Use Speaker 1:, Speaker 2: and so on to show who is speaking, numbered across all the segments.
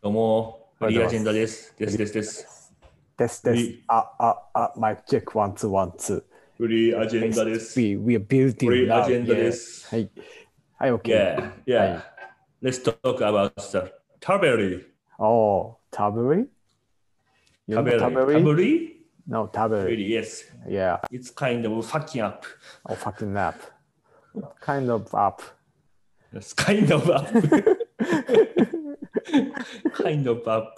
Speaker 1: どうも、フ
Speaker 2: あり
Speaker 1: リ
Speaker 2: が
Speaker 1: ー
Speaker 2: とうございます
Speaker 1: アジェンダです。ですですです。
Speaker 2: Test, test.
Speaker 1: We-
Speaker 2: Ah, ah, ah. Mic check. One, two, one, two.
Speaker 1: フリーアジェンダです。
Speaker 2: We, we are building.
Speaker 1: フリー
Speaker 2: now.
Speaker 1: アジェンダです。
Speaker 2: Yeah. はい。はい、OK。
Speaker 1: Yeah, yeah. Let's talk about the Taberi.
Speaker 2: おー、タブリ You know
Speaker 1: Taberi?
Speaker 2: Taberi?
Speaker 1: Taberi?
Speaker 2: No, タブリ。
Speaker 1: Really, yes.
Speaker 2: Yeah.
Speaker 1: It's kind of fucking up.
Speaker 2: Oh, fucking up. Kind of up.
Speaker 1: It's kind of up. kind of up.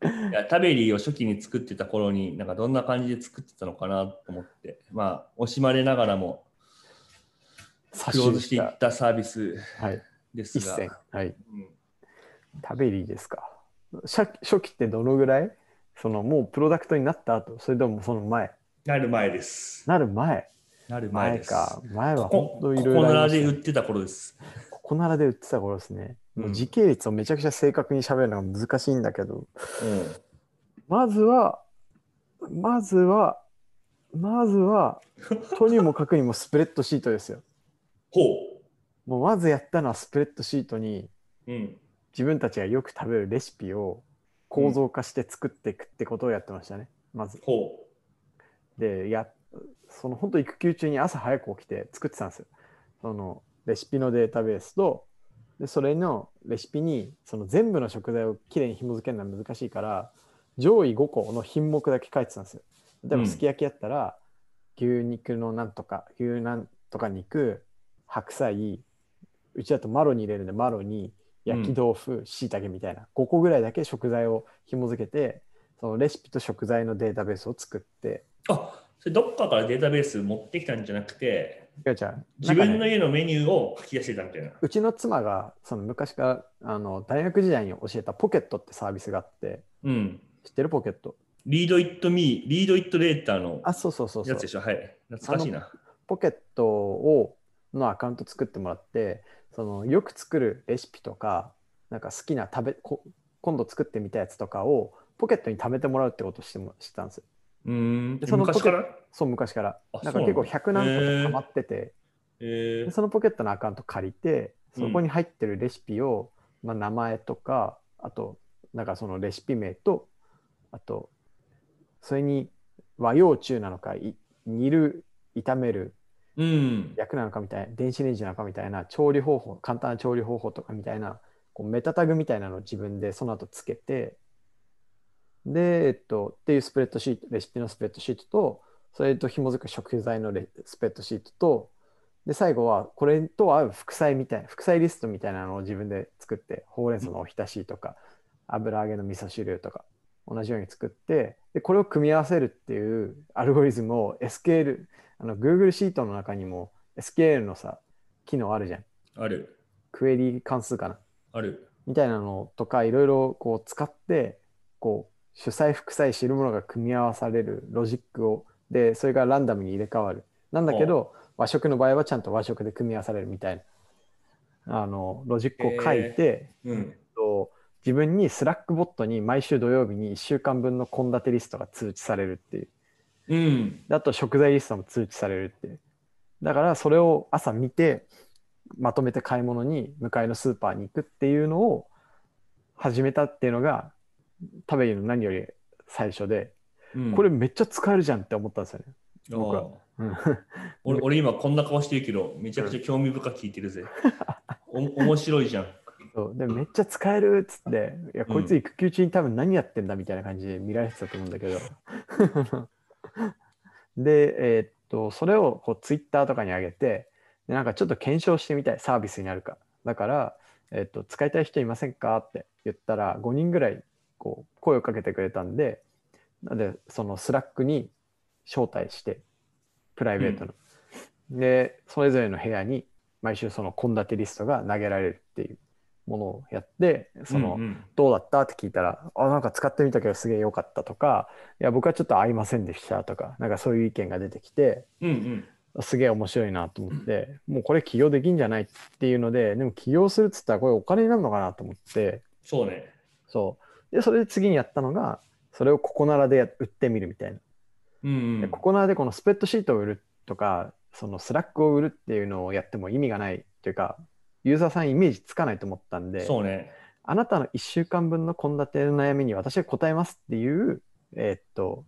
Speaker 1: いやタベリーを初期に作ってた頃になんかどんな感じで作ってたのかなと思ってまあ惜しまれながらも
Speaker 2: 差
Speaker 1: クローズしていったサービス
Speaker 2: はい。
Speaker 1: です
Speaker 2: 一
Speaker 1: が
Speaker 2: 線。はい。
Speaker 1: うん
Speaker 2: タベリーですか。初初期ってどのぐらいそのもうプロダクトになった後、それともその前
Speaker 1: なる前です
Speaker 2: なる前
Speaker 1: なる前
Speaker 2: 前
Speaker 1: です
Speaker 2: か。前は
Speaker 1: こ
Speaker 2: 本当
Speaker 1: こ
Speaker 2: いろい
Speaker 1: こ
Speaker 2: ろあ
Speaker 1: な
Speaker 2: り
Speaker 1: ら
Speaker 2: ました
Speaker 1: で
Speaker 2: ね
Speaker 1: 売ってた頃です
Speaker 2: ここならで売ってた頃ですね。もううん時系列をめちゃくちゃ正確に喋るのが難しいんだけど、
Speaker 1: うん
Speaker 2: まずは、まずは、まずは、とにもかくにもスプレッドシートですよ。
Speaker 1: ほ
Speaker 2: もうまずやったのはスプレッドシートに
Speaker 1: ううん
Speaker 2: 自分たちがよく食べるレシピを構造化して作っていくってことをやってましたね。まず。
Speaker 1: ほ
Speaker 2: で、や、その本当育休中に朝早く起きて作ってたんですよ。そのレシピのデータベースと、で、それのレシピに、その全部の食材をきれいに紐付けるのは難しいから、上位5個の品目だけ書いてたんですよ。例え
Speaker 1: うん
Speaker 2: ば、すき焼きやったら、牛肉のなんとか、牛なんとか肉、白菜、うちだとマロに入れるんで、マロに、焼き豆腐、しいたけみたいな、5個ぐらいだけ食材を紐付けて、そのレシピと食材のデータベースを作って、
Speaker 1: うあそれどっかからデータベース持ってきたんじゃなくて
Speaker 2: 違う違うな
Speaker 1: 自分
Speaker 2: んか
Speaker 1: の
Speaker 2: ね
Speaker 1: 家のメニューを書き出してたみたいな
Speaker 2: うちの妻がその昔からあの大学時代に教えたポケットってサービスがあって
Speaker 1: うん
Speaker 2: 知ってるポケット
Speaker 1: リードイットミーリードイットレーターの
Speaker 2: あそうそうそうそ
Speaker 1: や
Speaker 2: う
Speaker 1: つでしょはい懐かしいな
Speaker 2: ポケットをのアカウント作ってもらってそのよく作るレシピとかなんか好きな食べこ今度作ってみたやつとかをポケットに貯めてもらうってことをしてもしてたんですよ
Speaker 1: うーん
Speaker 2: でその
Speaker 1: 昔から
Speaker 2: そう昔から
Speaker 1: あ
Speaker 2: なん
Speaker 1: そ
Speaker 2: か
Speaker 1: う
Speaker 2: 結
Speaker 1: なんだ
Speaker 2: 構100何個とか溜まってて、
Speaker 1: え
Speaker 2: で
Speaker 1: ー
Speaker 2: そのポケットのアカウント借りて、
Speaker 1: うん
Speaker 2: そこに入ってるレシピを、まあ、名前とか、あと、なんかそのレシピ名と、あと、それに和洋中なのか、い煮る、炒める、
Speaker 1: うん
Speaker 2: 焼くなのかみたいな、電子レンジなのかみたいな、調理方法、簡単な調理方法とかみたいな、こうメタタグみたいなのを自分でその後つけて、で、えっと、っていうスプレッドシート、レシピのスプレッドシートと、それと紐づく食材のレスプレッドシートと、で、最後は、これと合う副菜みたいな、副菜リストみたいなのを自分で作って、ほうれん草のおひたしとか、油揚げの味噌汁とか、同じように作って、で、これを組み合わせるっていうアルゴリズムを SQL、あの、Google シートの中にも SQL のさ、機能あるじゃん。
Speaker 1: ある
Speaker 2: クエリ関数かな。
Speaker 1: ある
Speaker 2: みたいなのとかいろいろこう使ってこう主菜副菜汁物が組み合わされるロジックをでそれがランダムに入れ替わるなんだけど和食の場合はちゃんと和食で組み合わされるみたいなあのロジックを書いて、
Speaker 1: うん
Speaker 2: と自分にスラックボットに毎週土曜日に1週間分の献立リストが通知されるっていう
Speaker 1: うん
Speaker 2: であと食材リストも通知されるっていうだからそれを朝見てまとめて買い物に向かいのスーパーに行くっていうのを始めたっていうのが食べるの何より最初で
Speaker 1: うん
Speaker 2: これめっちゃ使えるじゃんって思ったんですよね。僕は
Speaker 1: あ
Speaker 2: う
Speaker 1: ー
Speaker 2: ん、
Speaker 1: 俺俺今こんな顔してるけど、めちゃくちゃ興味深く聞いてるぜ。お面白いじゃん。
Speaker 2: そうでめっちゃ使えるっつっていや
Speaker 1: うん
Speaker 2: こいつ育休中に多分何やってんだみたいな感じで見られてたと思うんだけど でえーっとそれをこうツイッターとかに上げてでなんかちょっと検証してみたいサービスになるかだから、えーっと使いたい人いませんかって言ったら5人ぐらいこう声をかけてくれたんでなんでそのスラックに招待してプライベートの、でそれぞれの部屋に毎週その献立リストが投げられるっていうものをやってその、
Speaker 1: うんうん
Speaker 2: どうだったって聞いたら、あ、なんか使ってみたけどすげえ良かったとか、いや、僕はちょっと合いませんでしたとか、なんかそういう意見が出てきて、
Speaker 1: うんうん。
Speaker 2: すげえ面白いなと思って、もうこれ起業できんじゃないっていうので、でも起業するっつったらこれお金になるのかなと思って、
Speaker 1: そうね。
Speaker 2: そう。で、それで次にやったのが、それをここならでや売ってみるみたいな。
Speaker 1: うんう
Speaker 2: で
Speaker 1: ん
Speaker 2: ここならでこのスプレッドシートを売るとか、そのスラックを売るっていうのをやっても意味がないというか、ユーザーさんイメージつかないと思ったんで、
Speaker 1: そうね。
Speaker 2: あなたの1週間分の献立の悩みに私が答えますっていう、えーっと、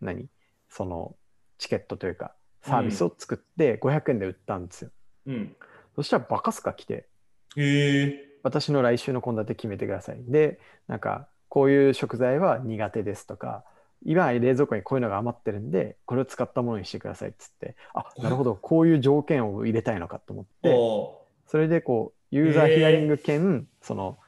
Speaker 2: 何そのチケットというか、サービスを作って500円で売ったんですよ。
Speaker 1: うん。
Speaker 2: そしたらバカスカ来て、
Speaker 1: へえ。
Speaker 2: 私の来週の献立決めてください。で、なんか、こういう食材は苦手ですとか、今冷蔵庫にこういうのが余ってるんで、これを使ったものにしてくださいっつって、あ、なるほど、こういう条件を入れたいのかと思って、
Speaker 1: お
Speaker 2: それでこう、ユーザーヒアリング兼、その、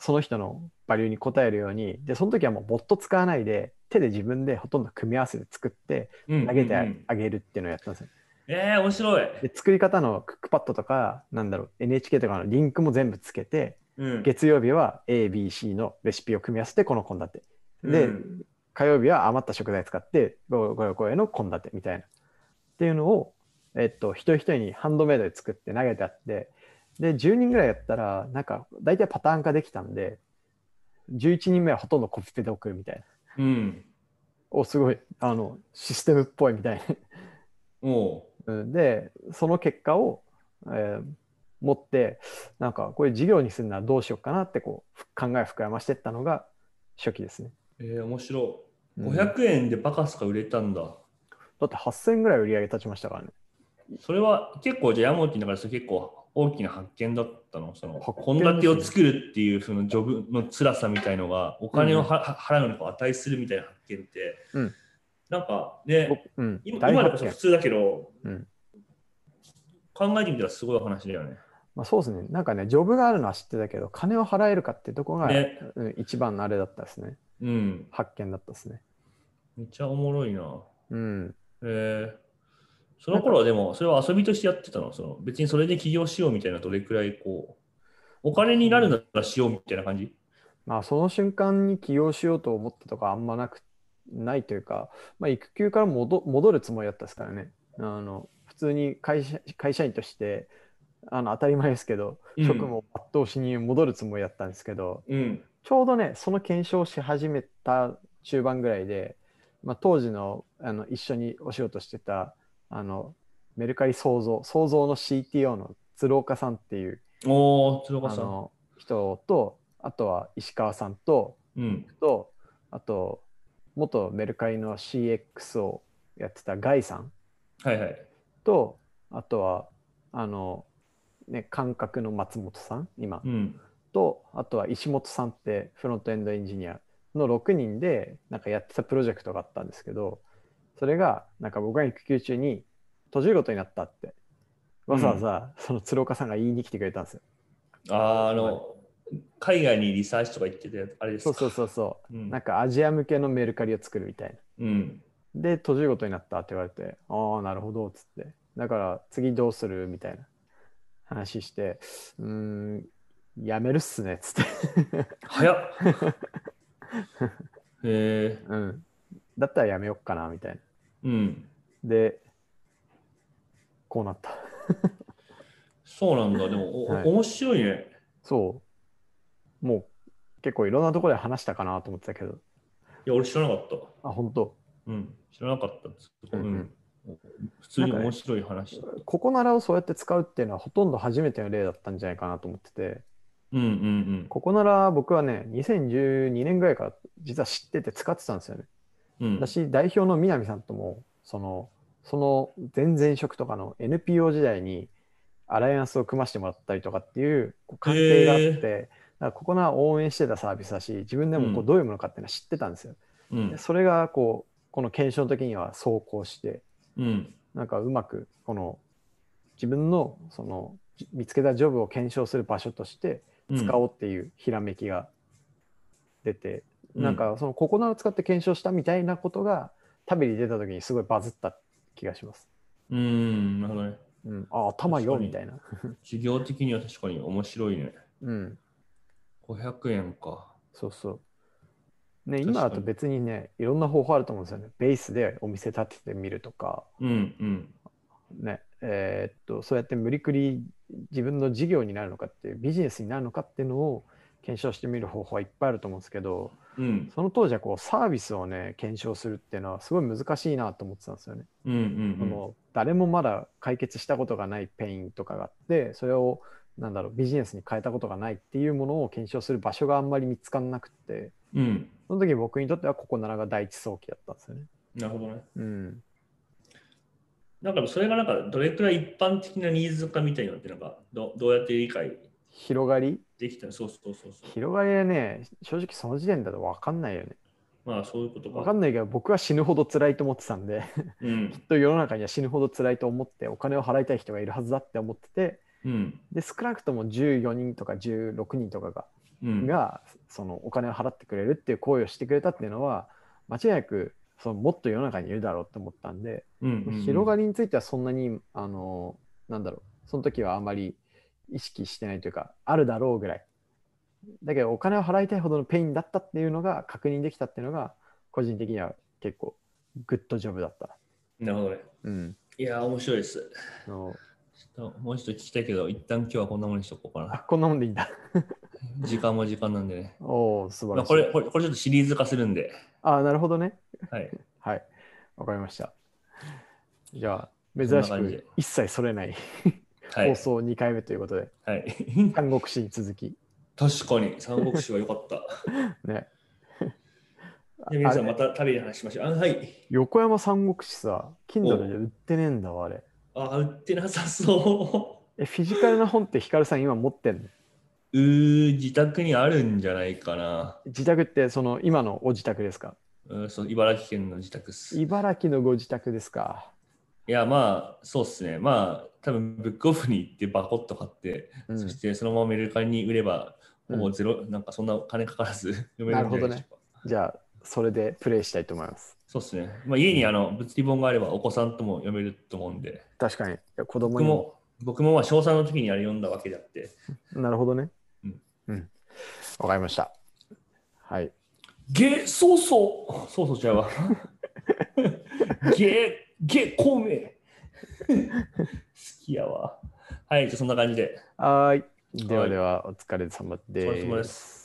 Speaker 2: その人のバリューに応えるように、で、その時はもうボット使わないで、手で自分でほとんど組み合わせで作って、
Speaker 1: ーうん
Speaker 2: 投げて
Speaker 1: うんうん
Speaker 2: あげるっていうのをやったんですよ。
Speaker 1: えー、面白い。
Speaker 2: で、作り方のクックパッドとか、なんだろう、NHK とかのリンクも全部つけて、
Speaker 1: うん、
Speaker 2: 月曜日は ABC のレシピを組み合わせてこの献立で、
Speaker 1: うん
Speaker 2: 火曜日は余った食材使ってこうこれこれの献立みたいなっていうのを、えっと、一人一人にハンドメイドで作って投げてあってで10人ぐらいやったらなんか大体パターン化できたんで11人目はほとんどコピペで送るみたいな
Speaker 1: うん。
Speaker 2: おすごいあのシステムっぽいみたいな
Speaker 1: おう。
Speaker 2: うん でその結果を、えー持ってなんかこれ事業にするならどうしようかなってこうふ考えを膨らましてったのが初期ですね。
Speaker 1: えー、面白い。
Speaker 2: うんだ
Speaker 1: 500円でバカスカ売れたんだ。
Speaker 2: って8000ぐらい売り上げ立ちましたからね。
Speaker 1: それは結構、じゃあ、ヤモティの中で結構大きな発見だったの。その、
Speaker 2: 発
Speaker 1: 献
Speaker 2: 見ですね
Speaker 1: 立を作るっていう、その、ジョブの辛さみたいのが、お金をは、は払うのにこう値するみたいな発見って、
Speaker 2: うん
Speaker 1: なんかね、
Speaker 2: 僕うん、
Speaker 1: 今
Speaker 2: 大
Speaker 1: 今でこ
Speaker 2: 発
Speaker 1: そ
Speaker 2: 見
Speaker 1: 普、通だけど、
Speaker 2: うん
Speaker 1: 考えてみたらすごい話だよね。
Speaker 2: まあ、そうですね。なんかね、ジョブがあるのは知ってたけど、金を払えるかってとこが、
Speaker 1: ね
Speaker 2: うん、一番のあれだったですね。
Speaker 1: うん。
Speaker 2: 発見だったですね。
Speaker 1: めっちゃおもろいな。
Speaker 2: うん。
Speaker 1: えーその頃はでも、それは遊びとしてやってたのその別にそれで起業しようみたいな、どれくらいこう、お金になるんだったらしようみたいな感じ
Speaker 2: まあ、その瞬間に起業しようと思ったとかあんまなく、ないというか、まあ、育休から戻戻るつもりだったですからね。あの、普通に会社会社員として、あの、当たり前ですけど、
Speaker 1: うん
Speaker 2: 職務を全うしに戻るつもりだったんですけど、
Speaker 1: うん。
Speaker 2: ちょうどね、その検証をし始めた中盤ぐらいで、まあ、当時のあの一緒にお仕事してたあのメルカリ創造、創造の CTO の鶴岡さんっていう
Speaker 1: おー、鶴
Speaker 2: あ
Speaker 1: 岡さん。
Speaker 2: の人と、あとは石川さんと、
Speaker 1: うん。
Speaker 2: とあと元メルカリの CX をやってたガイさん
Speaker 1: はいはい。
Speaker 2: と、あとはあの、ね、感覚の松本さん、今
Speaker 1: う。ん。
Speaker 2: とあとは石本さんってフロントエンドエンジニアの6人でなんかやってたプロジェクトがあったんですけどそれがなんか僕が育休中に途中ごとになったってわざわざその鶴岡さんが言いに来てくれたんですよ。
Speaker 1: あー、あの、海外にリサーチとか行ってたやつ、あれです
Speaker 2: そう
Speaker 1: か。
Speaker 2: そうそうそうう。
Speaker 1: ん
Speaker 2: なん。かアジア向けのメルカリを作るみたいな。
Speaker 1: うん。
Speaker 2: で途中ごとになったって言われてああなるほどっつってだから次どうするみたいな話してうーんやめるっすねっつって
Speaker 1: 早っ。へえ。
Speaker 2: うんだったらやめよっかなみたいな。
Speaker 1: うん。
Speaker 2: で、こうなった。
Speaker 1: そうなんだ。でも、お
Speaker 2: はい
Speaker 1: 面白いね。
Speaker 2: そう。もう結構いろんなところで話したかなと思ってたけど、
Speaker 1: いや、俺知らなかった。
Speaker 2: あ、本当
Speaker 1: うん。知らなかったです。う
Speaker 2: うんん。
Speaker 1: 普通に面白い話だ。
Speaker 2: ここならをそうやって使うっていうのはほとんど初めての例だったんじゃないかなと思ってて、
Speaker 1: うんうんうん。
Speaker 2: ここなら僕はね、2012年ぐらいから実は知ってて使ってたんですよね。
Speaker 1: うん、
Speaker 2: 私、代表の南さんとも、その、その前々職とかの NPO 時代にアライアンスを組ましてもらったりとかっていうこう関係があって、
Speaker 1: へー
Speaker 2: だからここなら応援してたサービスだし、自分でもこ
Speaker 1: う
Speaker 2: うんどういうものかっていうのは知ってたんですよ。
Speaker 1: うん
Speaker 2: でそれがこう、この検証の時には走行して、
Speaker 1: うん
Speaker 2: なんかうまくこの自分のそのじ見つけたジョブを検証する場所として
Speaker 1: うん
Speaker 2: 使おうっていうひらめきが出て、
Speaker 1: うん
Speaker 2: なんかそのココナを使って検証したみたいなことが旅に出た時にすごいバズった気がします。
Speaker 1: うん、なるほどね。
Speaker 2: うん、あ頭よ
Speaker 1: 確かに
Speaker 2: みたいな。
Speaker 1: 授業的には確かに面白いね。
Speaker 2: うん、
Speaker 1: 500円か。
Speaker 2: そうそう。ね、
Speaker 1: 確かに
Speaker 2: 今だと別にね、いろんな方法あると思うんですよね。ベースでお店立ててみるとか、
Speaker 1: うんうん。
Speaker 2: ね、えーっと、そうやって無理くり自分の事業になるのかっていう、ビジネスになるのかっていうのを検証してみる方法はいっぱいあると思うんですけど、
Speaker 1: うん
Speaker 2: その当時はこうサービスをね、検証するっていうのはすごい難しいなと思ってたんですよね。
Speaker 1: うんうん
Speaker 2: その誰もまだ解決したことがないペインとかがあってそれをなんだろう、ビジネスに変えたことがないっていうものを検証する場所があんまり見つからなくって、
Speaker 1: うん。
Speaker 2: その時僕にとってはここならが第一早期だったんですよね。
Speaker 1: なるほどね。
Speaker 2: うん。
Speaker 1: なんかそれがなんかどれくらい一般的なニーズかみたいなのってなんかどどうやって理解
Speaker 2: 広がり
Speaker 1: できたのそうそうそうそう。
Speaker 2: 広がりはね、正直その時点だと分かんないよね。
Speaker 1: まあそういうことか。
Speaker 2: 分かんないけど、僕は死ぬほど辛いと思ってたんで、
Speaker 1: うん。
Speaker 2: と世の中には死ぬほど辛いと思って、お金を払いたい人がいるはずだって思ってて、
Speaker 1: うん。
Speaker 2: で、少なくとも14人とか16人とかが
Speaker 1: うん。
Speaker 2: がそのお金を払ってくれるっていう行為をしてくれたっていうのは間違いなくそのもっと世の中にいるだろうと思ったんで、
Speaker 1: うん、うん。
Speaker 2: 広が
Speaker 1: り。
Speaker 2: りについてはそんなにあのなんだろうその時はあまり意識してないというかあるだろうぐらいだけどお金を払いたいほどのペインだったっていうのが確認できたっていうのが個人的には結構グッドジョブだった、
Speaker 1: なるほどね。
Speaker 2: うん、
Speaker 1: いやー、面白いです。
Speaker 2: あの
Speaker 1: ちょっともう一度聞きたいけど、一旦今日はこんなものにしとこうか
Speaker 2: あ
Speaker 1: な。
Speaker 2: こんなもんでいいんだ
Speaker 1: 時間も時間なんでね。
Speaker 2: おお素晴
Speaker 1: まあ、
Speaker 2: らしい
Speaker 1: これ、これ、これちょっとシリーズ化するんで。
Speaker 2: あなるほどね
Speaker 1: はい。
Speaker 2: はい、わかりました。じゃあ、
Speaker 1: んな
Speaker 2: 珍し
Speaker 1: 感じで
Speaker 2: く一切それない
Speaker 1: は
Speaker 2: 放
Speaker 1: い。
Speaker 2: 送2回目ということで、
Speaker 1: はい、
Speaker 2: 三国志に続き、
Speaker 1: 確かに、三国志は良かった。
Speaker 2: ね。
Speaker 1: で皆さ
Speaker 2: あ
Speaker 1: ん、ま
Speaker 2: れ
Speaker 1: た旅で話しましょう。あはい。
Speaker 2: 横山三国志さ、
Speaker 1: お
Speaker 2: Kindle で売ってねえんだわ、あれ。
Speaker 1: あ、売ってなさそう。
Speaker 2: え、フィジカルな本ってヒカルさん今持ってんの
Speaker 1: うー自宅にあるんじゃないかな。
Speaker 2: 自宅ってその今のお自宅ですか
Speaker 1: うん、そう茨城県の自宅っす。い
Speaker 2: 茨城のご自宅ですか
Speaker 1: や、まあ、そうっすね。まあ、多分ブックオフに行ってバコッと買って、
Speaker 2: うん
Speaker 1: そしてそのままメルカリに売れば、
Speaker 2: うん
Speaker 1: もうゼロ、なんかそんな金かからず 読めるんじゃないでしょうか。
Speaker 2: じゃあ、それでプレイしたいと思います。
Speaker 1: そうっすね。まあ、家にあの物理本があればお子さんとも読めると思うんで、
Speaker 2: 確かに、いや子供
Speaker 1: 僕
Speaker 2: にも。
Speaker 1: も、僕もまあ、小3の時にあれ読んだわけであって、
Speaker 2: なるほどね。
Speaker 1: うん。
Speaker 2: うん。わかりました。はい。
Speaker 1: ゲソソソソちゃ うわ。ゲゲコメ。好きやわ。はい、じゃあそんな感じで。
Speaker 2: はーい。で
Speaker 1: は
Speaker 2: はいでは、お疲れ様
Speaker 1: お疲れ様で
Speaker 2: ですす。